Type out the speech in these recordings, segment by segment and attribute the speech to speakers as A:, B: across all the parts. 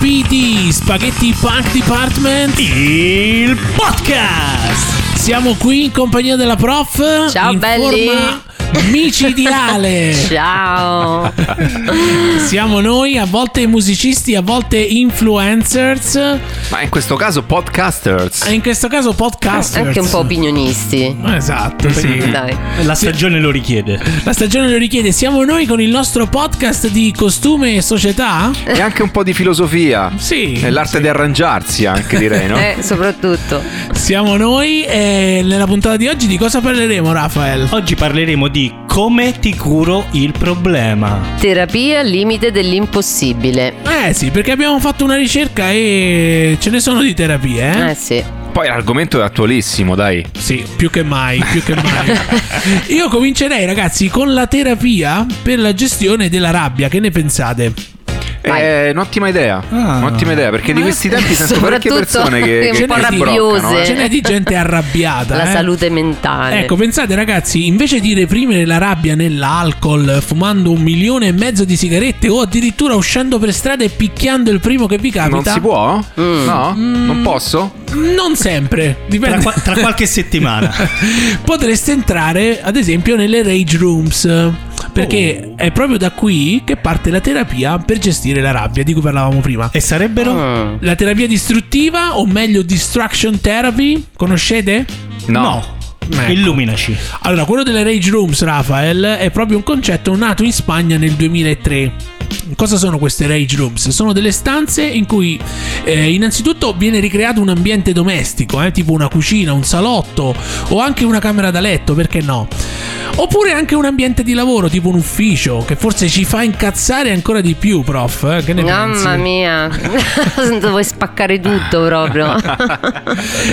A: PD, Spaghetti Punk Department, il podcast. Siamo qui in compagnia della prof.
B: Ciao,
A: in
B: belli.
A: forma micidiale.
B: Ciao.
A: Siamo noi, a volte musicisti, a volte influencers, e
C: Ma in questo caso podcasters.
A: in questo caso podcasters.
B: Anche un po' opinionisti.
A: Esatto, sì.
B: Dai.
D: La stagione lo richiede.
A: La stagione lo richiede. Siamo noi con il nostro podcast di costume e società?
C: E anche un po' di filosofia.
A: Sì.
C: E l'arte di arrangiarsi anche direi, no?
B: Eh, soprattutto.
A: Siamo noi e nella puntata di oggi di cosa parleremo, Rafael?
D: Oggi parleremo di come ti curo il problema.
B: Terapia al limite dell'impossibile.
A: Eh sì, perché abbiamo fatto una ricerca e ce ne sono di terapie, eh?
B: Eh sì.
C: Poi l'argomento è attualissimo, dai.
A: Sì, più che mai, più che mai. Io comincerei, ragazzi, con la terapia per la gestione della rabbia. Che ne pensate?
B: Vai.
C: È Eh, un'ottima idea.
D: Ah.
C: Un'ottima idea, perché di questi tempi sento parecchie
B: Soprattutto
C: persone che,
B: un
C: che
B: po'
C: che
B: rabbiose.
C: sbroccano, eh.
A: Ce n'è di gente arrabbiata.
B: La
A: eh?
B: salute mentale.
A: Ecco, pensate ragazzi, invece di reprimere la rabbia nell'alcol, fumando un milione e mezzo di sigarette o addirittura uscendo per strada e picchiando il primo che vi capita,
C: Non si può?
B: Mm.
C: No? Non posso?
A: Non sempre,
D: Tra,
A: dipende.
D: qua- tra qualche settimana.
A: Potreste entrare, ad esempio, nelle rage rooms. Perché
D: Oh.
A: è proprio da qui che parte la terapia per gestire la rabbia di cui parlavamo prima.
D: E sarebbero?
B: Mm.
A: La terapia distruttiva, o meglio, distraction therapy, conoscete?
C: No.
A: Ecco.
D: Illuminaci.
A: Allora, quello delle rage rooms, Rafael, è proprio un concetto nato in Spagna nel 2003. Cosa sono queste rage rooms? Sono delle stanze in cui eh, innanzitutto viene ricreato un ambiente domestico, eh, tipo una cucina, un salotto o anche una camera da letto, perché no? Oppure anche un ambiente di lavoro, tipo un ufficio, che forse ci fa incazzare ancora di più, prof. eh? Che ne pensi?
B: Mamma mia. Vuoi spaccare tutto proprio.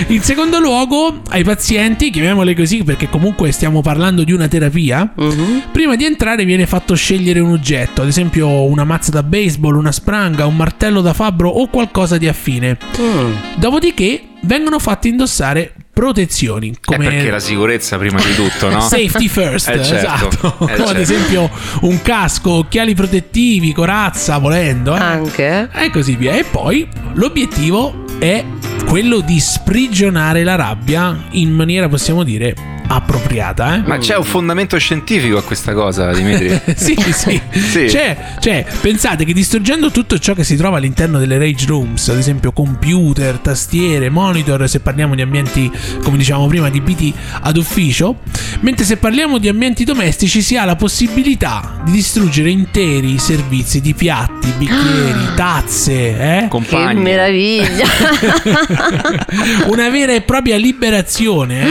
A: In secondo luogo, ai pazienti, chiamiamole così perché comunque stiamo parlando di una terapia,
B: Mhm.
A: Prima di entrare viene fatto scegliere un oggetto, ad esempio una mazza da baseball, una spranga, un martello da fabbro o qualcosa di affine.
B: Mm.
A: Dopodiché vengono fatti indossare protezioni,
C: È
A: come
C: Eh, perché la sicurezza prima di tutto, no?
A: safety first,
C: Eh, certo.
A: esatto. come
C: Eh,
A: ad
C: certo.
A: esempio un casco, occhiali protettivi, corazza, volendo. eh.
B: Anche.
A: E così via. E poi l'obiettivo è quello di sprigionare la rabbia in maniera, possiamo dire, appropriata. Eh?
C: Ma c'è un fondamento scientifico a questa cosa, Dimitri.
A: sì, sì.
C: Sì.
A: C'è, c'è. pensate che distruggendo tutto ciò che si trova all'interno delle rage rooms, ad esempio computer, tastiere, monitor, se parliamo di ambienti, come dicevamo prima, di PT ad ufficio, mentre se parliamo di ambienti domestici si ha la possibilità di distruggere interi servizi di piatti, bicchieri, tazze, eh?
B: Che
C: Compagni.
B: meraviglia.
A: una vera e propria liberazione. eh.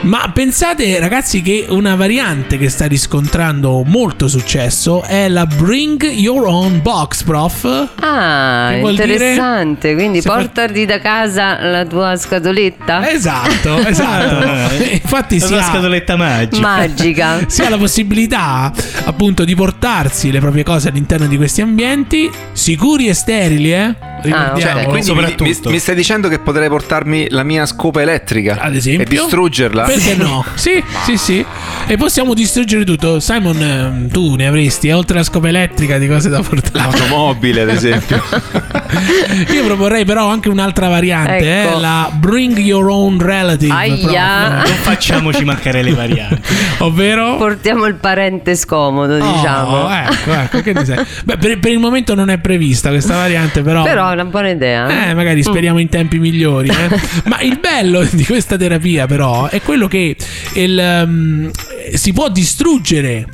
A: Ma pensate, ragazzi, che una variante che sta riscontrando molto successo è la Bring Your Own Box, prof.
B: Ah,
A: Che vuol dire?
B: interessante. Quindi
A: Se fa-
B: portati da casa la tua scatoletta
A: Esatto, esatto. Infatti,
D: Eh, La
A: si
D: tua
A: ha,
D: scatoletta magica.
B: magica.
A: si ha la possibilità appunto di portarsi le proprie cose all'interno di questi ambienti sicuri e sterili, eh?
C: Cioè,
B: ok.
A: Ricordiamo.
C: quindi mi,
D: Soprattutto.
C: mi- mi stai dicendo che potrei portarmi la mia scopa elettrica
A: Ad esempio.
C: e distruggerla?
A: Perché no? Sì, sì, sì. E possiamo distruggere tutto. Simon, ehm, tu ne avresti, eh, oltre alla scopa elettrica, di cose da portare.
C: L'automobile, ad esempio.
A: Io proporrei però anche un'altra variante,
B: Ecco.
A: eh, la Bring Your Own Relative.
B: Aia.
D: Non facciamoci mancare le varianti.
A: prof. Ovvero...
B: Portiamo il parente scomodo,
A: Oh,
B: diciamo.
A: ecco, ecco, che ne sai? Beh, per, per il momento non è prevista questa variante, però...
B: Però è una buona idea. Mm.
A: Eh, magari speriamo in tempi migliori. eh. Ma il bello di questa terapia, però, è quello che il, ehm, si può distruggere.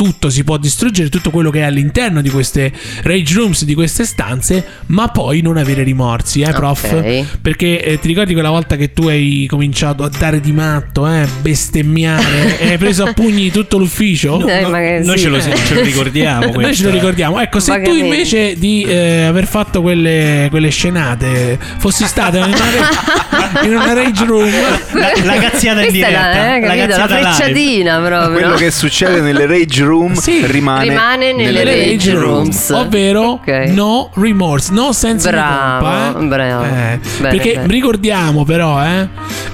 A: Tutto si può distruggere tutto quello che è all'interno di queste rage rooms, di queste stanze, ma poi non avere rimorsi, eh, prof?
B: Ok.
A: Perché eh, ti ricordi quella volta che tu hai cominciato a dare di matto, eh, bestemmiare, e hai preso a pugni tutto l'ufficio?
B: Eh,
D: No,
B: magari
D: noi
B: sì.
D: ce, lo, ce lo ricordiamo.
A: Noi ce
D: questo,
A: lo
D: eh.
A: ricordiamo. Ecco, se tu
B: Vagamente.
A: invece di eh, aver fatto quelle, quelle scenate fossi stata in una, ra- in una rage room,
D: La, la cazziata in
B: Questa è
D: diretta.
B: la, eh,
D: la
B: capito? La
D: cazziata live.
B: frecciatina
C: Quello
B: proprio.
C: che succede nelle rage room
A: Sì.
C: rimane,
B: Rimane nelle
A: rage
B: rage
A: rooms,
B: rooms.
A: ovvero
B: Ok.
A: no remorse, no senso
B: Bravo,
A: di colpa. eh.
B: bravo.
A: Eh,
B: Bene,
A: perché
B: bene.
A: ricordiamo però eh,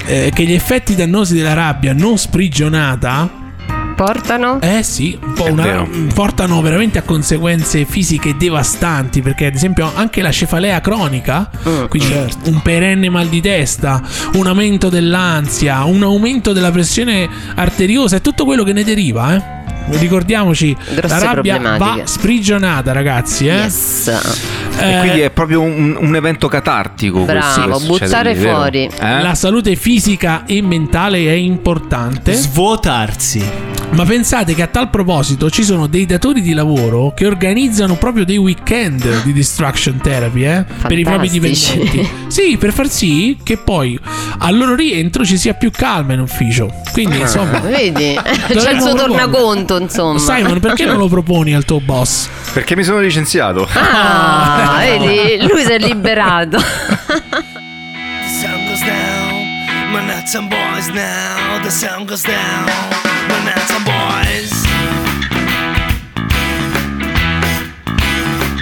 A: eh, che gli effetti dannosi della rabbia non sprigionata
B: portano?
A: Eh sì, un po'
C: È
A: una-
C: vero.
A: portano veramente a conseguenze fisiche devastanti, perché ad esempio anche la cefalea cronica,
B: Mm.
A: quindi un perenne mal di testa, un aumento dell'ansia, un aumento della pressione arteriosa e tutto quello che ne deriva, eh. Ricordiamoci,
B: Grosse
A: la rabbia va
B: problematiche.
A: sprigionata, ragazzi. Eh?
B: Yes.
A: Eh,
C: E quindi è proprio un, un evento catartico. questo che
B: Bravo,
C: succede
B: buttare
C: lì, vero?
B: fuori.
C: Eh?
A: La salute fisica e mentale è importante.
D: Svuotarsi.
A: Ma pensate che a tal proposito ci sono dei datori di lavoro che organizzano proprio dei weekend di distraction therapy eh, per i propri
B: Fantastici.
A: dipendenti. Sì, per far sì che poi al loro rientro ci sia più calma in ufficio.
C: Ah.
A: Quindi, insomma,
B: Vedi? C'è il
A: dovremmo
B: suo
A: proporre.
B: tornaconto, insomma.
A: Simon, perché non lo proponi al tuo boss?
C: Perché mi sono licenziato.
B: Ah, vedi? Lui si è liberato.
E: The sun goes down, my nuts and boys now. The sun goes down, my nuts and boys.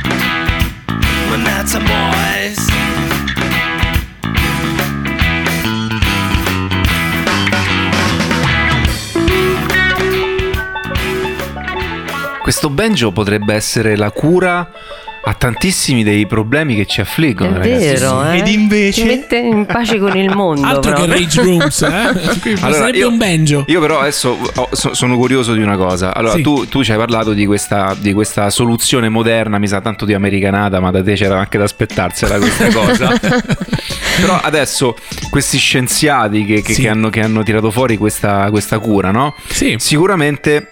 E: My nuts and boys.
C: Questo banjo potrebbe essere la cura a tantissimi dei problemi che ci
B: È
C: affliggono, ragazzi.
B: vero, eh.
D: Ed invece-
B: Ti mette in pace con il mondo.
A: Altro che
B: proprio.
A: Rage Rooms, eh? Qui Sarebbe
C: io-
A: un banjo.
C: Io però adesso ho- so- sono curioso di una cosa. Allora,
A: Sì.
C: tu, tu ci hai parlato di questa, di questa soluzione moderna, mi sa tanto di americanata, ma da te c'era anche da aspettarsela questa cosa. però adesso questi scienziati che, che-
A: Sì.
C: che hanno, che hanno tirato fuori questa, questa cura, no?
A: Sì.
C: Sicuramente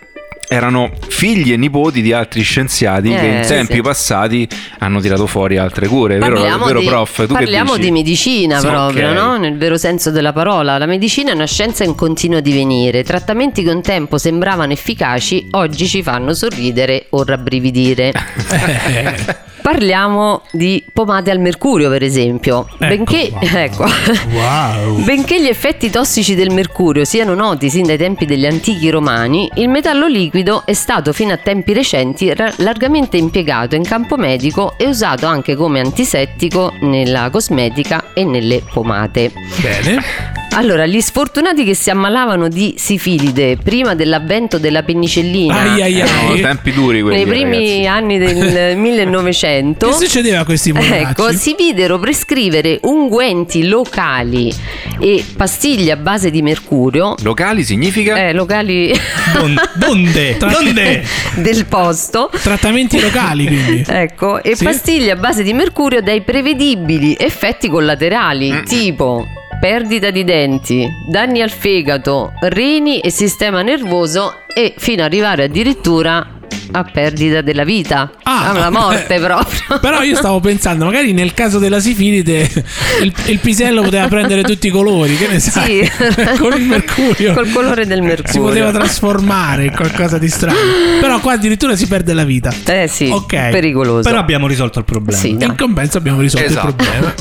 C: erano figli e nipoti di altri scienziati che
B: Eh,
C: in tempi
B: sì.
C: passati hanno tirato fuori altre cure, vero,
B: Parliamo,
C: vero
B: di,
C: prof? Tu
B: parliamo
C: che
B: di
C: dici?
B: medicina
C: Sì,
B: proprio,
C: ok.
B: no? nel vero senso della parola. La medicina è una scienza in continuo divenire. Trattamenti che un tempo sembravano efficaci, oggi ci fanno sorridere o rabbrividire.
A: Eh,
B: Parliamo di pomate al mercurio, per esempio. Benché, ecco. Benché gli effetti tossici del mercurio siano noti sin dai tempi degli antichi romani, il metallo liquido è stato fino a tempi recenti ra- largamente impiegato in campo medico e usato anche come antisettico nella cosmetica e nelle pomate.
A: bene.
B: Allora, gli sfortunati che si ammalavano di sifilide prima dell'avvento della penicillina
A: Ai ai
C: Erano
A: ai.
C: Eh, tempi duri quelli,
B: nei primi
C: ragazzi.
B: anni del 1900
A: Che succedeva a questi monacci?
B: Ecco, si videro prescrivere unguenti locali e pastiglie a base di mercurio.
C: Locali significa?
B: eh, locali
D: Don- donde? Donde?
B: del posto.
A: Trattamenti locali, quindi.
C: Eh,
B: Ecco, e
A: Sì.
B: pastiglie a base di mercurio dai prevedibili effetti collaterali,
A: Mm.
B: tipo perdita di denti, danni al fegato, reni e sistema nervoso e fino ad arrivare addirittura a perdita della vita, alla morte
A: eh.
B: proprio.
A: Però io stavo pensando, magari nel caso della sifilide il, il pisello poteva prendere tutti i colori, che ne sai?
B: Sì.
A: Con il mercurio.
B: Col colore del mercurio.
A: Si poteva trasformare in qualcosa di strano. Però qua addirittura si perde la vita.
B: Eh sì,
A: Ok.
B: pericoloso.
D: Però abbiamo risolto il problema.
B: Sì,
A: In
B: dai.
A: compenso abbiamo risolto
C: Esatto.
A: il problema.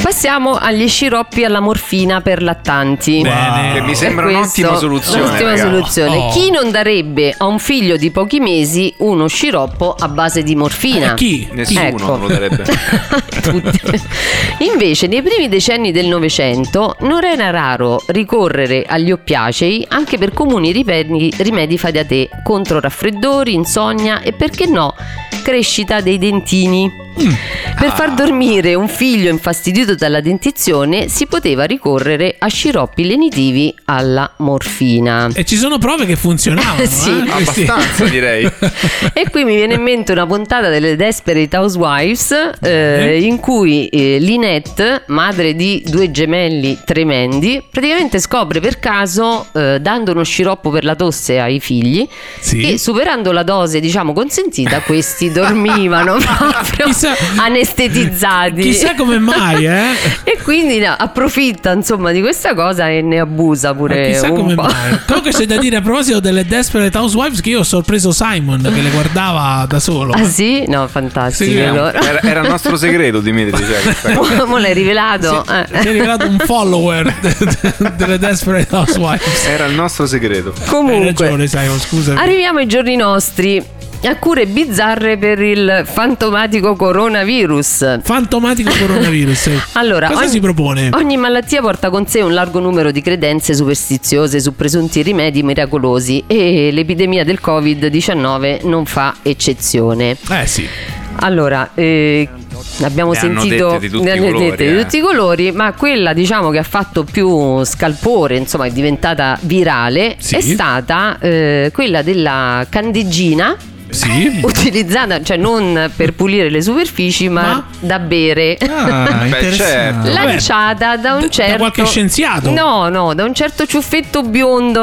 B: Passiamo agli sciroppi alla morfina per lattanti.
D: Beh,
A: Bene.
C: Che mi
B: Per
C: sembra
B: questo-
C: un'ottima soluzione.
B: un'ottima
C: ragazzi.
B: soluzione.
A: Oh.
B: Chi non darebbe a un figlio di pochi mesi uno sciroppo a base di morfina?
A: E Eh, chi?
C: Nessuno
B: Ecco.
C: te lo darebbe.
B: Tutti. Invece, nei primi decenni del Novecento non era raro ricorrere agli oppiacei anche per comuni ripedi- rimedi fatti a te contro raffreddori, insonnia e perché no, crescita dei dentini. Per far dormire un figlio infastidito dalla dentizione si poteva ricorrere a sciroppi lenitivi alla morfina.
A: E ci sono prove che funzionavano.
B: Sì.
A: eh? Questi-
C: Abbastanza direi.
B: E qui mi viene in mente una puntata delle Desperate Housewives
A: Bene.
B: eh, in cui eh, Lynette, madre di due gemelli tremendi, praticamente scopre per caso, eh, dando uno sciroppo per la tosse ai figli,
A: Sì.
B: che superando la dose diciamo consentita, questi dormivano proprio
A: Chissà-
B: anestetizzati.
A: Chissà come mai, eh?
B: E quindi no, approfitta insomma di questa cosa e ne abusa
A: Ma
B: pure
A: chissà
B: un
A: come
B: po'.
A: mai. Comunque c'è da dire a proposito delle Desperate Housewives che io ho sorpreso Simon che le guardava da solo.
B: Ah sì? No, fantastico.
A: Sì,
B: allora.
C: Era, era il nostro segreto, Dimitri. Cioè, questa cosa.
B: Mo- mo l'hai rivelato. eh.
A: Si è rivelato un follower de- delle Desperate Housewives.
C: era il nostro segreto.
A: Hai
B: Comunque,
A: ragione, Simon, scusa.
B: arriviamo ai giorni nostri. a cure bizzarre per il fantomatico coronavirus.
A: Fantomatico coronavirus. sì.
B: Allora,
A: Cosa
B: ogni-
A: si propone?
B: Ogni malattia porta con sé un largo numero di credenze superstiziose su presunti rimedi miracolosi e l'epidemia del Covid-19 non fa eccezione.
A: Eh sì.
B: Allora, eh, abbiamo
C: Ne hanno
B: sentito
C: dette di tutti i
B: ne hanno
C: colori,
B: dette di
C: eh.
B: tutti i colori, ma quella diciamo che ha fatto più scalpore, insomma è diventata virale,
A: Sì.
B: è stata eh, quella della candeggina
C: Eh.
A: Sì.
B: utilizzata, cioè non per pulire le superfici, ma,
A: Ma?
B: da bere.
D: Ah,
C: Beh,
D: interessante.
C: certo.
B: Lanciata da
A: Ah, Da-
B: un
A: da
B: certo
A: qualche scienziato.
B: No, no, da un certo ciuffetto biondo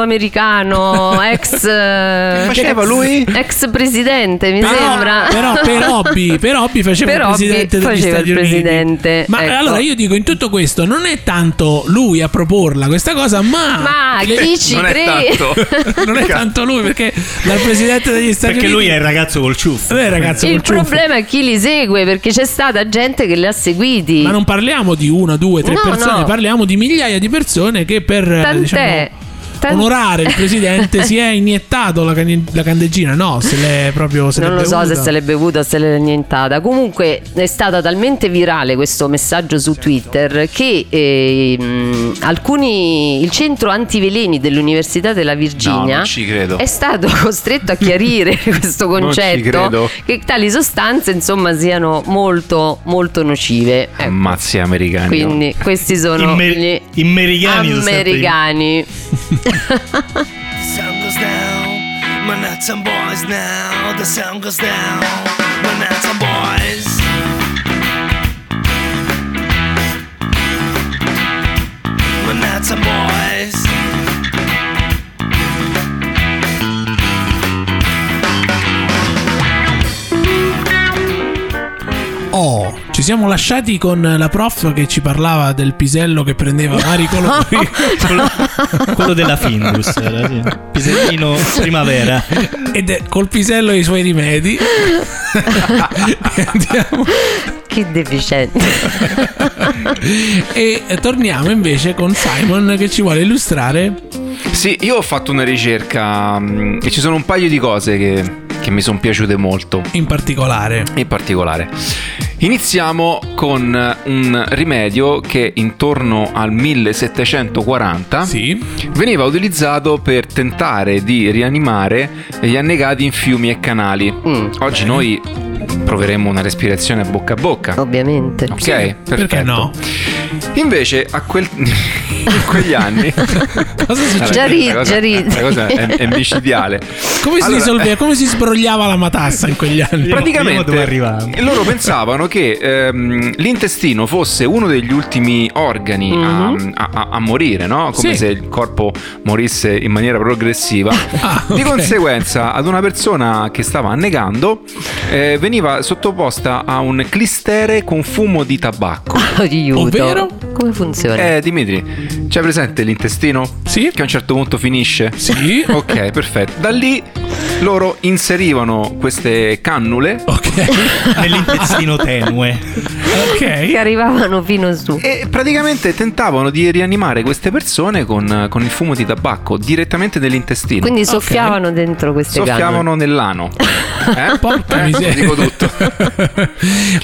B: americano, ex eh,
C: faceva lui?
B: ex presidente, mi
A: Però-
B: sembra.
A: Però per hobby, per hobby faceva
B: Per
A: il
B: hobby
A: presidente degli
B: faceva
A: Stati
B: il
A: Uniti.
B: presidente,
A: Ma
B: ecco.
A: allora io dico in tutto questo non è tanto lui a proporla questa cosa, ma,
B: Ma chi ci
C: non è
B: crede?
C: tanto.
A: non è tanto lui perché dal presidente degli Stati
D: Perché lui
A: Uniti
D: è il ragazzo col ciuffo.
A: Eh, ragazzo
B: Il
A: col ciuffo.
B: problema è chi li segue perché c'è stata gente che li ha seguiti.
A: Ma non parliamo di una, due, tre
B: No,
A: persone,
B: no.
A: parliamo di migliaia di persone che per eh,
B: Tant'è.
A: diciamo,
B: tan-
A: onorare il presidente si è iniettato la, can- la candeggina. No, se l'è proprio. Se
B: Non
A: l'è
B: lo so se
A: bevuta.
B: se l'è bevuta o se l'è nientata. Comunque è stata talmente virale questo messaggio su
C: Certo.
B: Twitter che ehm, alcuni. il centro antiveleni dell'Università della
C: No,
B: Virginia.
C: non ci credo.
B: è stato costretto a chiarire questo
C: Non ci
B: concetto
C: credo.
B: che tali sostanze insomma siano molto molto nocive. Ecco.
C: Ammazzi americani. oh.
B: Quindi questi sono
D: Imer-
B: gli
D: Imericani sono stati-
B: americani.
E: The sound goes down. My nuts and boys now. The sound goes down. My nuts and boys. My nuts and boys.
A: Oh, ci siamo lasciati con la prof che ci parlava del pisello che prendeva vari colori.
D: Quello, quello della Findus. era, sì. Pisellino primavera.
A: Ed è col pisello e i suoi rimedi. E andiamo-
B: che deficiente.
A: e torniamo invece con Simon che ci vuole illustrare.
C: Sì, io ho fatto una ricerca mm, e ci sono un paio di cose che, che mi sono piaciute molto.
A: In particolare,
C: In particolare, iniziamo con un rimedio che intorno al 1740
A: sì,
C: veniva utilizzato per tentare di rianimare gli annegati in fiumi e canali.
B: Mm,
C: Oggi noi proveremo una respirazione a bocca a bocca.
B: ovviamente.
C: Ok,
A: perché
C: perfetto.
A: no?
C: Invece a quel- in quegli anni
A: Cosa succede?
B: Già ridi,
C: La cosa-
B: già ridi.
C: la cosa è, è micidiale.
A: Come si
C: Allora-
A: risolveva? Come si sbrogliava la matassa in quegli anni?
D: Io- io dove
C: Praticamente
D: arrivavo?
C: loro pensavano che ehm, l'intestino fosse uno degli ultimi organi a-
B: Mhm.
C: a, a- a morire, no? Come
A: Sì.
C: se il corpo morisse in maniera progressiva.
A: Ah,
C: Di
A: ok.
C: conseguenza, ad una persona che stava annegando eh, veniva sottoposta a un clistere con fumo di tabacco.
B: Aiuto.
A: Ovvero?
B: Come funziona?
C: Eh, Dimitri, c'è presente l'intestino?
A: Sì?
C: Che a un certo punto finisce?
A: Sì.
C: Ok, perfetto. Da lì loro inserivano queste
A: Oh.
C: cannule
A: Ok.
D: Nell'intestino tenue.
B: che
A: Ok.
B: arrivavano fino su.
C: e praticamente tentavano di rianimare queste persone con, con il fumo di tabacco direttamente nell'intestino.
B: Quindi soffiavano dentro queste gambe.
C: Soffiavano nell'ano. Eh?
A: Porca
C: Eh?
A: miseria.
C: Dico tutto.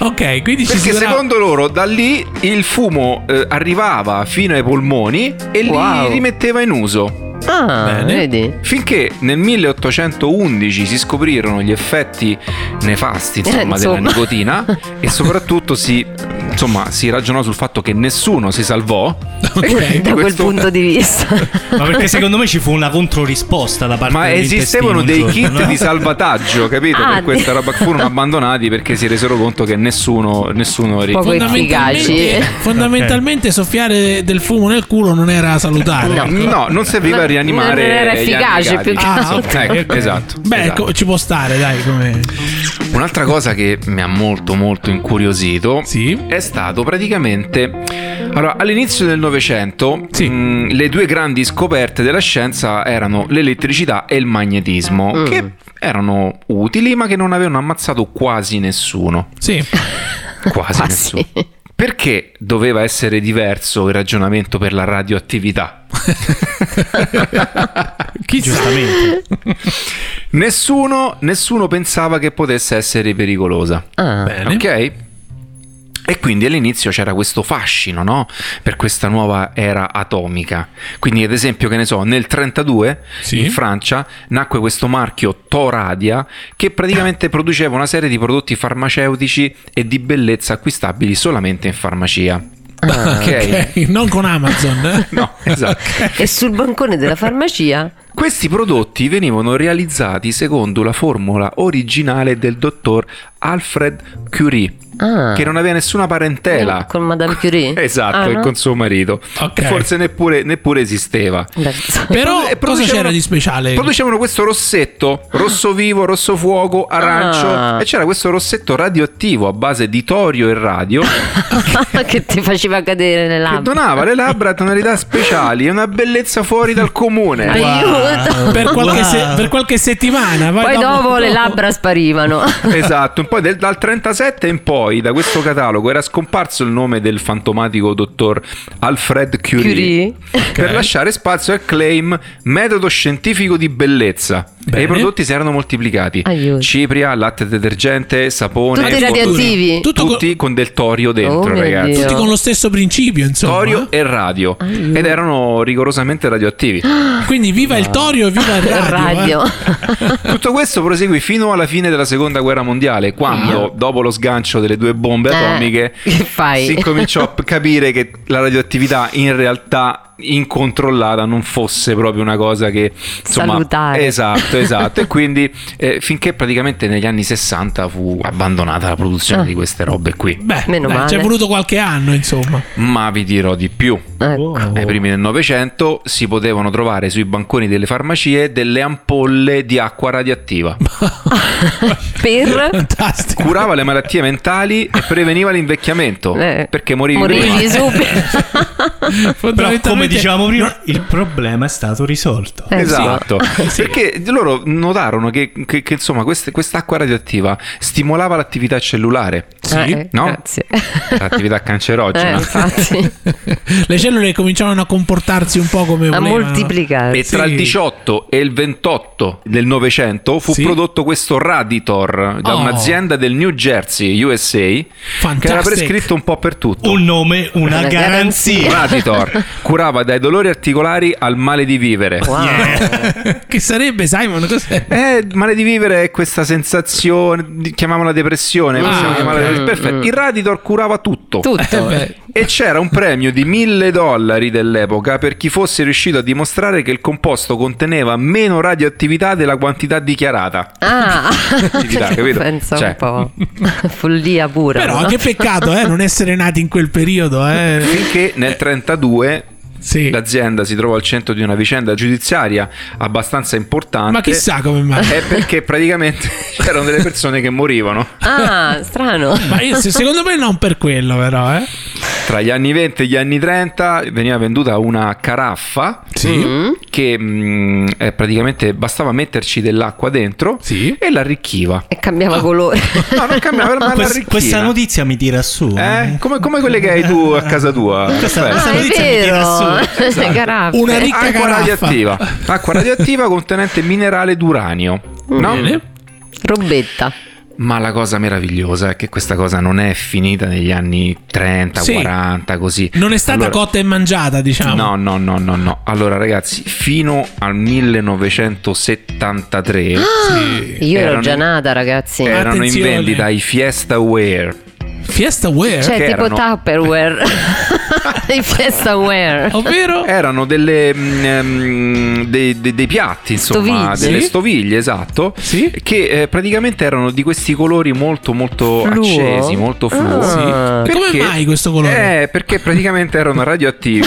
A: ok, quindi ci
C: Perché
A: sarà-
C: secondo loro da lì il fumo eh, arrivava fino ai polmoni e
B: Wow.
C: li rimetteva in uso.
B: Ah,
A: Bene.
B: vedi?
C: Finché nel 1811 si scoprirono gli effetti nefasti insomma,
B: Eh, insomma.
C: della nicotina e soprattutto si, insomma, si ragionò sul fatto che nessuno si salvò.
A: Ok.
B: Da quel
C: Questo-
B: punto di vista.
D: Ma perché secondo me ci fu una controrisposta da parte
C: Ma
D: dell'intestino
C: esistevano
D: un
C: dei
D: giorno,
C: kit
D: no?
C: di salvataggio, capito?
B: Ah,
C: per questa
B: di-
C: roba furono abbandonati perché si resero conto che nessuno, nessuno ri-
B: Poco
A: Fondamentalmente,
B: efficaci.
A: fondamentalmente soffiare del fumo nel culo non era salutare.
B: No.
C: No, non serviva
B: Ma
C: a rianimare.
B: non era
C: gli
B: efficace,
C: annegati.
B: più che
A: Ah, ok,
C: Ecco,
A: ok.
C: esatto.
A: Beh,
C: esatto.
A: co- ci può stare, dai, come...
C: Un'altra cosa che mi ha molto molto incuriosito
A: Sì.
C: è stato praticamente allora, all'inizio del Novecento
A: Sì.
C: mh, le due grandi scoperte della scienza erano l'elettricità e il magnetismo,
B: Mm.
C: che erano utili ma che non avevano ammazzato quasi nessuno.
A: Sì.
C: Quasi
B: Quasi.
C: nessuno. Perché doveva essere diverso il ragionamento per la radioattività?
D: Giustamente.
C: Nessuno, nessuno pensava che potesse essere pericolosa.
B: Ah,
A: Bene.
C: Ok? E quindi all'inizio c'era questo fascino, no? Per questa nuova era atomica. Quindi, ad esempio, che ne so, nel 32
A: Sì.
C: in Francia nacque questo marchio Toradia che praticamente produceva una serie di prodotti farmaceutici e di bellezza acquistabili solamente in farmacia.
A: Ah, Ok, non con Amazon. eh?
C: No, esatto.
B: E sul bancone della farmacia?
C: Questi prodotti venivano realizzati secondo la formula originale del dottor Alfred Curie,
B: Ah.
C: che non aveva nessuna parentela.
B: Con Madame Curie?
C: Esatto,
B: Ah,
C: e
B: no?
C: con suo marito.
A: Ok.
C: E forse neppure, neppure esisteva.
B: Beh,
A: Però
C: E
A: cosa
C: producevano-
A: c'era di speciale?
C: Producevano questo rossetto, rosso vivo, rosso fuoco, arancio,
B: Ah.
C: e c'era questo rossetto radioattivo a base di torio e radio che
B: che ti faceva cadere le labbra.
C: donava alle labbra tonalità speciali e una bellezza fuori dal comune.
B: Ai-
C: diciamo
B: Aiuto.
A: Per qualche,
D: Wow.
A: se- per qualche settimana.
B: Poi dopo le labbra sparivano.
C: Esatto, poi del- dal 37 in poi da questo catalogo era scomparso il nome del fantomatico dottor Alfred Curie,
B: Curie?
C: per lasciare spazio al claim metodo scientifico di bellezza.
A: Bene.
C: E i prodotti si erano moltiplicati.
B: Aiuto.
C: Cipria, latte detergente, sapone,
B: Tutti
C: forno-
B: radioattivi.
A: Tutto con-
C: tutti con del torio
B: Oh
C: dentro,
B: mio
C: ragazzi.
B: Dio.
A: tutti con lo stesso principio, insomma. eh.
C: Torio e radio
B: Aiuto.
C: ed erano rigorosamente radioattivi.
A: Quindi viva il Torio e viva il radio.
C: Oh,
B: Radio.
A: eh.
C: Tutto questo proseguì fino alla fine della seconda guerra mondiale, quando, dopo lo sgancio delle due bombe
B: Ah. Eh,
C: atomiche,
B: che fai?
C: si cominciò a p- capire che la radioattività in realtà incontrollata non fosse proprio una cosa che insomma,
B: Salutare.
C: esatto esatto e quindi eh, finché praticamente negli anni 60 fu abbandonata la produzione
B: Ah.
C: di queste robe qui
A: Beh,
B: Meno
A: dai,
B: male.
A: ci è voluto qualche anno, insomma.
C: ma vi dirò di più
B: Ecco.
C: ai primi del Novecento si potevano trovare sui banconi delle farmacie delle ampolle di acqua radioattiva
B: Per
A: Fantastico.
C: curava le malattie mentali e preveniva l'invecchiamento
B: Eh,
C: perché morivi prima.
B: morivi subito.
D: Però, come
A: Fondamentalmente-
D: dicevamo prima, il problema è stato risolto.
B: Eh,
C: Esatto,
A: Sì.
C: perché loro notarono che, che- che, insomma queste- quest'acqua radioattiva stimolava l'attività cellulare,
B: sì. Eh,
C: no?
B: Grazie.
C: l'attività
B: Eh,
C: cancerogena.
B: infatti,
A: Le cellule cominciavano a comportarsi un po' come
B: a
A: volevano.
B: moltiplicare.
C: E tra
A: Sì.
C: il 18 e il 28 del Novecento fu
A: Sì.
C: prodotto questo Raditor da
A: Oh.
C: un'azienda del New Jersey, USA, che era
A: Fantastic.
C: prescritto un po' per tutto.
D: Un nome, una,
B: Una garanzia.
D: garanzia.
C: Raditor curava dai dolori articolari al male di vivere.
B: Wow.
A: che sarebbe, Simon? Cos'è?
C: Eh, male di vivere è questa sensazione, di- chiamiamola depressione,
A: Ah, Mm.
C: possiamo chiamarla
B: ok.
C: perfetto. Il Raditor curava tutto.
A: Eh,
B: Tutto.
A: beh,
C: E c'era un premio di 1000 dollari dell'epoca per chi fosse riuscito a dimostrare che il composto conteneva meno radioattività della quantità dichiarata.
B: Ah,
C: Attività, capito?
B: pensa un
C: Cioè.
B: po'. Follia pura.
A: Però
B: no?
A: che peccato, eh, non essere nati in quel periodo, eh.
C: Finché nel 32
A: Sì.
C: l'azienda si trovò al centro di una vicenda giudiziaria abbastanza importante.
A: Ma chissà come mai.
C: È perché praticamente c'erano delle persone che morivano.
B: Ah, strano.
A: Ma io- se- secondo me non per quello, però, eh.
C: Tra gli anni 20 e gli anni 30 veniva venduta una caraffa
B: Mm.
C: che mh, eh, praticamente bastava metterci dell'acqua dentro
A: Sì.
C: e l'arricchiva.
B: E cambiava
A: Ah.
B: colore.
C: No, non cambiava, ma
D: Quest-
C: l'arricchiva.
D: questa notizia mi tira su.
C: Eh? Come, come quelle che hai tu a casa tua. Aspetta.
D: Questa-
B: Ah,
D: Questa
B: è
D: notizia mi tira su.
B: vero. Caraffe.
A: esatto. Una ri- ricca
C: Acqua
A: caraffa.
C: radioattiva. Acqua radioattiva contenente minerale d'uranio. No?
A: Bene.
B: Robetta.
C: Ma la cosa meravigliosa è che questa cosa non è finita negli anni 30,
A: Sì.
C: 40, così.
A: Non è stata
C: Allora-
A: cotta e mangiata, diciamo.
C: No, no, no, no, no. Allora, ragazzi, fino al 1973
B: Io ero
C: Erano-
B: già nata, ragazzi.
A: Eh.
C: erano in
A: Attenzione.
C: vendita i Fiesta Wear.
A: Fiesta Ware,
B: Cioè,
C: che
B: tipo
C: erano?
B: Tupperware. Di Fiestaware.
A: ovvero
B: eh.
C: Erano delle, mm, ehm, dei, dei- dei piatti, insomma,
B: Stoviglie.
C: delle
A: Sì.
C: stoviglie, esatto,
A: Sì.
C: che eh, praticamente erano di questi colori molto, molto
B: Fluo?
C: accesi, molto fluo.
B: Ah. Sì.
A: E come mai questo colore?
C: Eh, perché praticamente erano radioattivi.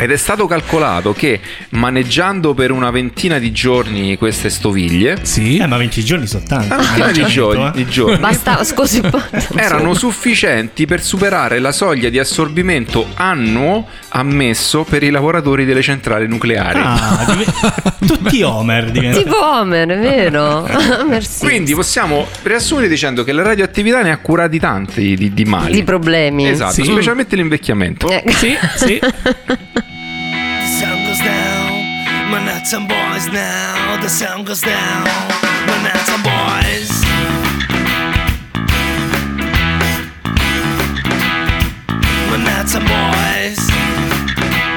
C: Ed è stato calcolato che maneggiando per una ventina di giorni queste stoviglie,
A: Sì.
D: Eh, ma 20 giorni sono tanti.
C: una
A: Ah,
C: ventina di,
D: Certo,
C: Ah, giorni,
D: eh.
C: di giorni,
B: Basta, scusi, pa-
C: erano sufficienti per superare la soglia di assorbimento annuo ammesso per i lavoratori delle centrali nucleari.
D: Ah, div- tutti Homer diventano.
B: tipo Homer, è vero? Homer Simpson.
C: Quindi possiamo riassumere dicendo che la radioattività ne ha curati tanti di, di mali.
B: di problemi.
C: Esatto,
A: Sì.
C: specialmente l'invecchiamento.
B: Eh,
A: Sì, sì.
E: The sun goes down, my nuts and boys now. The sun goes down, my nuts and boys. My nuts and boys.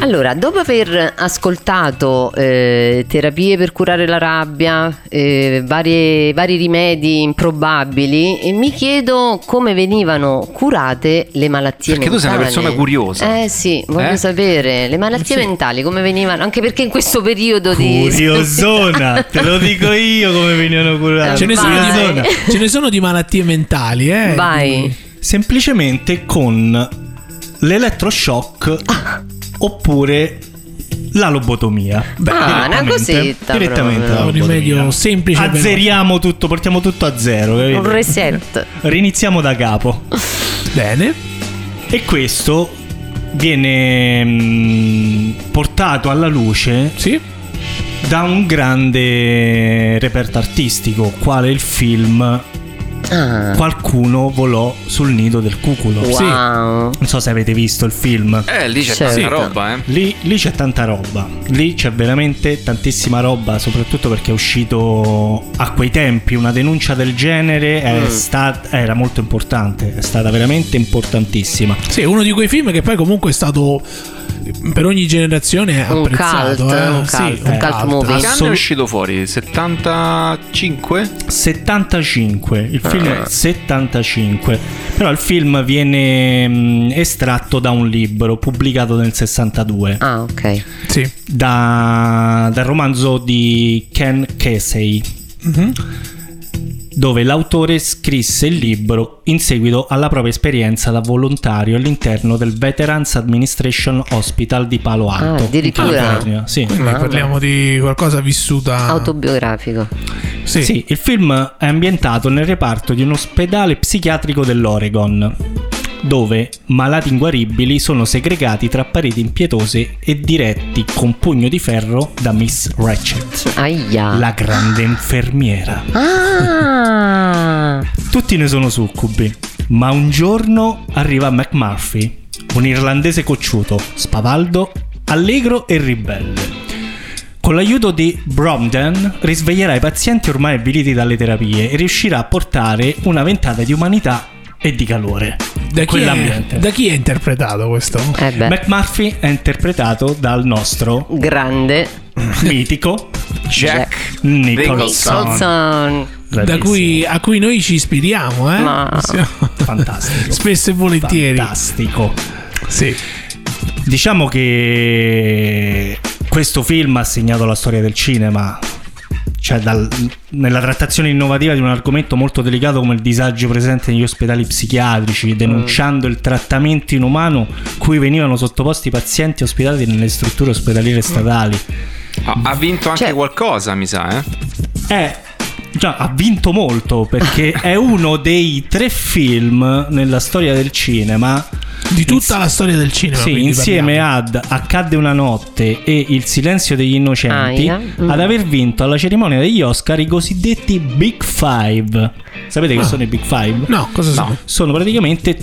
B: Allora, dopo aver ascoltato eh, terapie per curare la rabbia, eh, varie- vari rimedi improbabili, eh, mi chiedo come venivano curate le malattie
C: Perché tu sei
B: mentali.
C: una persona curiosa.
B: Eh sì, voglio
C: Eh?
B: sapere, le malattie mentali come venivano, anche perché in questo periodo di...
D: Curiosona, te lo dico io come venivano curati.
A: Ce ne, sono
B: Vai.
A: di, ce ne sono di malattie mentali, eh.
B: Vai.
D: Semplicemente con l'elettroshock oppure la lobotomia.
B: Ah, una
D: Direttamente-
B: cosetta
D: Direttamente
B: proprio.
D: la
A: Un rimedio
D: lobotomia.
A: semplice. però.
D: Azzeriamo tutto, portiamo tutto a zero. capito?
B: Un reset.
D: Riniziamo da capo.
A: Bene.
D: E questo viene mm, portato alla luce
A: Sì.
D: da un grande reperto artistico, quale il film
B: Ah,
D: Qualcuno volò sul nido del cuculo.
B: wow.
D: Non so se avete visto il film.
C: Eh, lì c'è
B: Certo.
C: tanta roba, eh.
D: Lì, lì c'è tanta roba, lì c'è veramente tantissima roba, soprattutto perché è uscito a quei tempi una denuncia del genere, è sta- era molto importante, è stata veramente importantissima.
A: Sì, è uno di quei film che poi comunque è stato eh, per ogni generazione
B: Un
A: apprezzato.
B: cult,
A: eh.
B: un
A: Sì,
B: cult, un cult movie.
C: Che anno è
D: Assolut-
C: uscito fuori? 75?
D: 75, il film è 75, però il film viene mm, estratto da un libro pubblicato nel 62.
B: Ah, ok.
A: Sì.
D: da- dal romanzo di Ken Casey,
A: Mhm.
D: dove l'autore scrisse il libro in seguito alla propria esperienza da volontario all'interno del Veterans Administration Hospital di Palo Alto,
B: Ah, addirittura.
D: in California. Sì.
A: Quindi
B: Mamma.
A: parliamo di qualcosa
D: Ah.
A: vissuta.
B: Autobiografico.
A: Sì.
D: Sì, il film è ambientato nel reparto di un ospedale psichiatrico dell'Oregon, dove malati inguaribili sono segregati tra pareti impietose e diretti con pugno di ferro da Miss Ratchet.
B: Aia.
D: La grande infermiera.
B: Ah.
D: Tutti ne sono succubi, ma un giorno arriva McMurphy, un irlandese cocciuto, spavaldo, allegro e ribelle. Con l'aiuto di Bromden risveglierà i pazienti ormai avviliti dalle terapie e riuscirà a portare una ventata di umanità e di calore.
A: Da, chi è,
D: Quell'ambiente.
A: da chi è interpretato questo?
B: Eh beh.
D: McMurphy è interpretato dal nostro
B: Grande.
D: mitico
C: Jack
D: Nicholson.
B: Nicholson.
A: Da
D: Bravissimo.
A: cui, a cui noi ci ispiriamo, eh?
B: Ma-
A: Possiamo-
D: Fantastico.
A: Spesso e volentieri.
D: Fantastico.
A: Sì.
D: Diciamo che questo film ha segnato la storia del cinema, cioè dal- nella trattazione innovativa di un argomento molto delicato come il disagio presente negli ospedali psichiatrici, denunciando il trattamento inumano cui venivano sottoposti i pazienti ospitati nelle strutture ospedaliere statali.
C: Ha, Ah, ha vinto anche
B: Cioè-
C: qualcosa, mi sa, eh.
D: È- già, ha vinto molto perché è uno dei tre film nella storia del cinema
A: Di tutta la storia del cinema.
D: Sì,
A: quindi
D: insieme
A: parliamo.
D: ad Accadde una notte e Il silenzio degli innocenti
B: Aia. Mm.
D: ad aver vinto alla cerimonia degli Oscar i cosiddetti Big Five. Sapete che
A: Ah.
D: sono i Big Five?
A: No, cosa sono?
D: Sono praticamente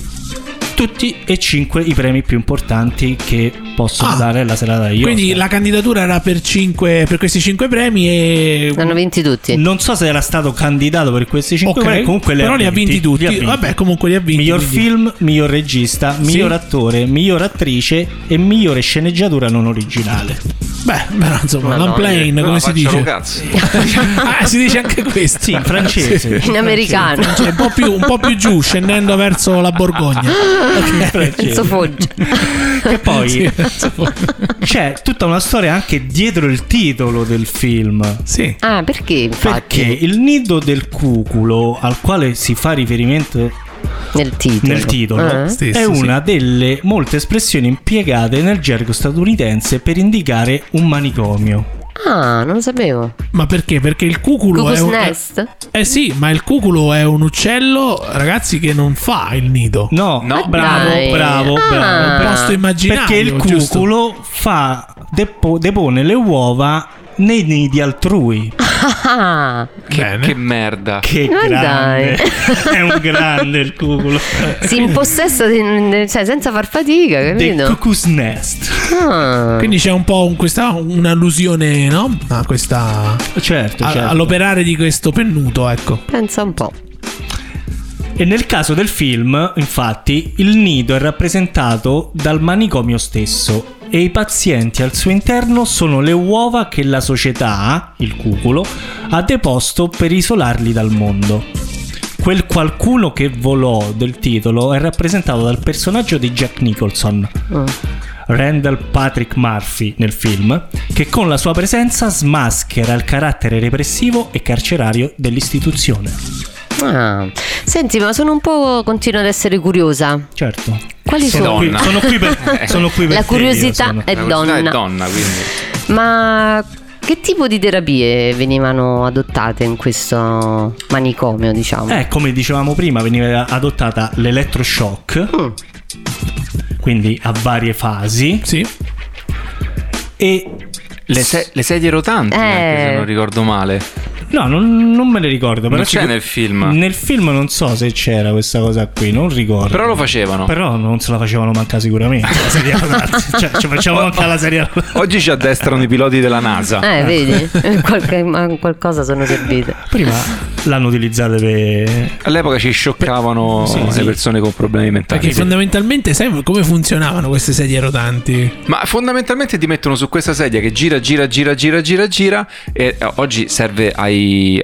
D: tutti e cinque i premi più importanti che possono
A: Ah.
D: dare la serata degli
A: Quindi la
D: Oscar.
A: candidatura era per, cinque, per questi cinque premi e...
B: L'hanno vinti tutti.
D: Non so se era stato candidato per questi cinque
A: Ok,
D: premi, comunque li
A: però li ha vinti tutti.
D: li ha vinti.
A: Vabbè, comunque li ha vinti.
D: Miglior
A: quindi-
D: film, miglior regista, miglior attore, miglior attrice e migliore sceneggiatura non originale.
A: Beh, però, insomma,
B: Madonna.
A: l'unplane, come si dice? ah, si dice anche questo.
D: Sì, in francese.
B: In americano.
A: Cioè, un, po più, un po' più giù, scendendo verso la Borgogna.
B: Enzo Foggia.
D: Che poi
A: Sì,
D: c'è tutta una storia anche dietro il titolo del film.
A: sì.
B: Ah, perché infatti
D: Perché il nido del cuculo al quale si fa riferimento
B: nel titolo.
D: nel titolo
B: Ah.
A: Stesso,
D: è
A: sì.
D: una delle molte espressioni impiegate nel gergo statunitense per indicare un manicomio.
B: Ah, non lo sapevo.
A: Ma perché? Perché il cuculo
B: Cuckoo's
A: è un...
B: Nest?
A: Eh sì, ma il cuculo è un uccello, ragazzi, che non fa il nido.
D: No,
C: No. Ma
D: bravo,
B: dai.
D: bravo,
B: Ah.
D: bravo.
A: Un posto immaginario.
D: Perché il
A: giusto?
D: cuculo fa depo- depone le uova nei nidi altrui.
B: Ah,
A: Bene.
C: Che merda.
D: Che
B: Ma
D: grande!
B: dai.
D: È un grande il cuculo.
B: si impossessa di- cioè, senza far fatica,
D: The
B: capito?
D: Cuckoo's Nest.
B: Ah.
A: Quindi c'è un po' un- questa, un'allusione, no? A questa...
D: Certo,
A: a-
D: certo.
A: All'operare di questo pennuto, ecco.
B: Pensa un po'.
D: E nel caso del film, infatti, il nido è rappresentato dal manicomio stesso e i pazienti al suo interno sono le uova che la società, il cuculo, ha deposto per isolarli dal mondo. Quel qualcuno che volò del titolo è rappresentato dal personaggio di Jack Nicholson,
B: Ah.
D: Randall Patrick Murphy nel film, che con la sua presenza smaschera il carattere repressivo e carcerario dell'istituzione.
B: Ah. Senti, ma sono un po'. continuo ad essere curiosa.
D: Certo.
B: Quali
C: Sì,
B: sono?
C: no. Donna.
D: Qui- sono qui per,
B: Eh.
D: sono qui per
B: La
D: te,
B: curiosità
D: io sono.
B: è
C: La
B: donna.
C: curiosità È donna, quindi.
B: Ma che tipo di terapie venivano adottate in questo manicomio, diciamo?
D: Eh, come dicevamo prima, veniva adottata l'elettroshock,
B: Mm.
D: quindi a varie fasi,
A: Sì.
D: e...
C: Le, se- le sedie rotanti,
B: Eh.
C: anche se non ricordo male.
D: No, non, non me le ricordo. Però
C: Non c'è
D: sicur-
C: nel film.
D: Nel film non so se c'era questa cosa qui, non ricordo.
C: Però lo facevano.
D: Però non se la facevano manca sicuramente. La serie rotanti. cioè, ci facciamo anche la serie rotanti.
C: Oggi ci addestrano i piloti della NASA.
B: Eh, vedi, Qualche- ma qualcosa sono servite.
D: Prima l'hanno utilizzata per...
C: All'epoca ci scioccavano
D: Sì,
C: le
D: sì.
C: persone con problemi mentali.
A: Perché fondamentalmente sai come funzionavano queste sedie rotanti?
C: Ma fondamentalmente ti mettono su questa sedia che gira, gira, gira, gira, gira, gira e eh, oggi serve ai-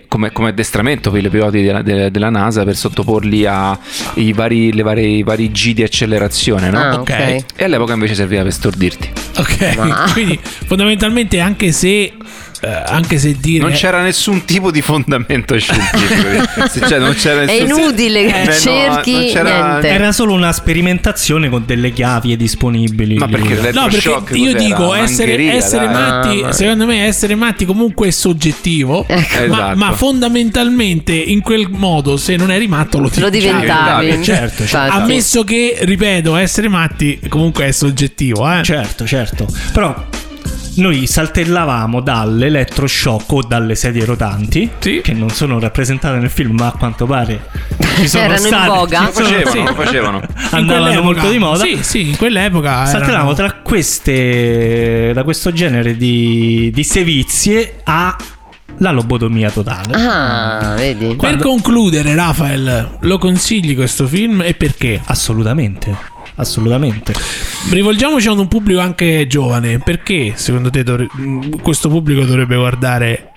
C: come, come addestramento per i piloti della, de- della NASA per sottoporli ai vari, le varie- i vari G di accelerazione, no?
B: Ah,
A: Ok.
B: ok.
C: E all'epoca invece serviva per stordirti.
A: Ok.
B: Ma-
A: Quindi fondamentalmente anche se... eh, anche se dire...
D: Eh.
C: Non c'era nessun tipo di fondamento scientifico. Se- cioè, non c'era
B: È
C: nessun-
B: inutile che
C: Eh, no,
B: cerchi
C: non c'era-
B: niente.
D: Era solo una sperimentazione con delle chiavie disponibili.
C: Ma
D: lì.
C: perché
A: No,
C: l'elettroshock
A: perché io
C: cos'era?
A: dico
C: Una
A: essere,
C: angheria,
A: essere
C: dai.
A: matti,
B: Ah, ma-
A: secondo me essere matti comunque è soggettivo,
C: Ecco.
A: ma,
C: Esatto.
A: ma fondamentalmente in quel modo se non eri matto lo,
B: Lo
A: diventavi.
B: diventavi.
C: diventavi,
D: certo, certo.
B: Infatti.
A: Ammesso che, ripeto, essere matti comunque è soggettivo, eh?
C: Cioè,
D: Certo, certo. Però noi saltellavamo dall'elettroshock o dalle sedie rotanti,
A: Sì.
D: che non sono rappresentate nel film, ma a quanto pare ci sono
B: Erano in
D: state,
B: voga?
D: ci
C: Lo
D: sono-
C: facevano,
D: sì,
C: lo facevano.
A: In
D: andavano
A: quell'epoca-
D: molto di moda.
A: Sì, sì, in quell'epoca
D: Saltellavamo
A: erano-
D: tra queste da questo genere di, di sevizie a la lobotomia totale.
B: Ah, vedi.
A: Per concludere, Rafael, lo consigli questo film e perché?
D: Assolutamente, assolutamente.
A: Rivolgiamoci ad un pubblico anche giovane, perché secondo te dovre- mh, questo pubblico dovrebbe guardare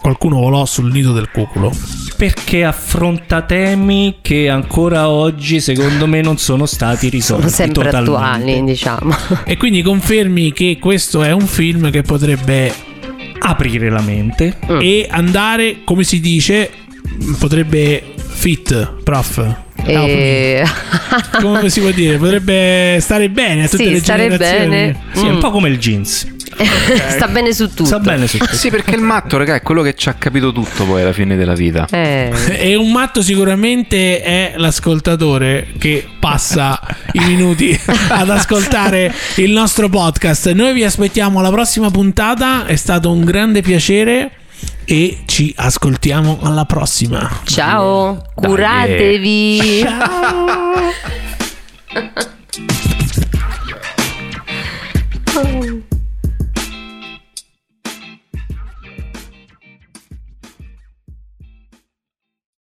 A: Qualcuno volò sul nido del cuculo?
D: Perché affronta temi che ancora oggi, secondo me, non sono stati risolti.
B: Sono sempre
D: totalmente.
B: attuali, diciamo.
A: E quindi confermi che questo è un film che potrebbe
D: aprire la mente.
B: Mm.
A: e andare, come si dice, mh, potrebbe fit, prof. No,
B: E...
A: come si può dire? Potrebbe stare bene a tutte
B: Sì,
A: le
B: stare
A: generazioni.
B: bene.
D: Sì, è
B: Mm.
D: un po' come il jeans.
B: Sta bene su tutto.
D: Sta bene su questo.
C: Sì, perché il matto, raga, è quello che ci ha capito tutto poi alla fine della vita.
B: Eh.
A: E un matto sicuramente è l'ascoltatore che passa i minuti ad ascoltare il nostro podcast. Noi vi aspettiamo alla prossima puntata, è stato un grande piacere e ci ascoltiamo alla prossima.
B: Ciao, curatevi. Ciao.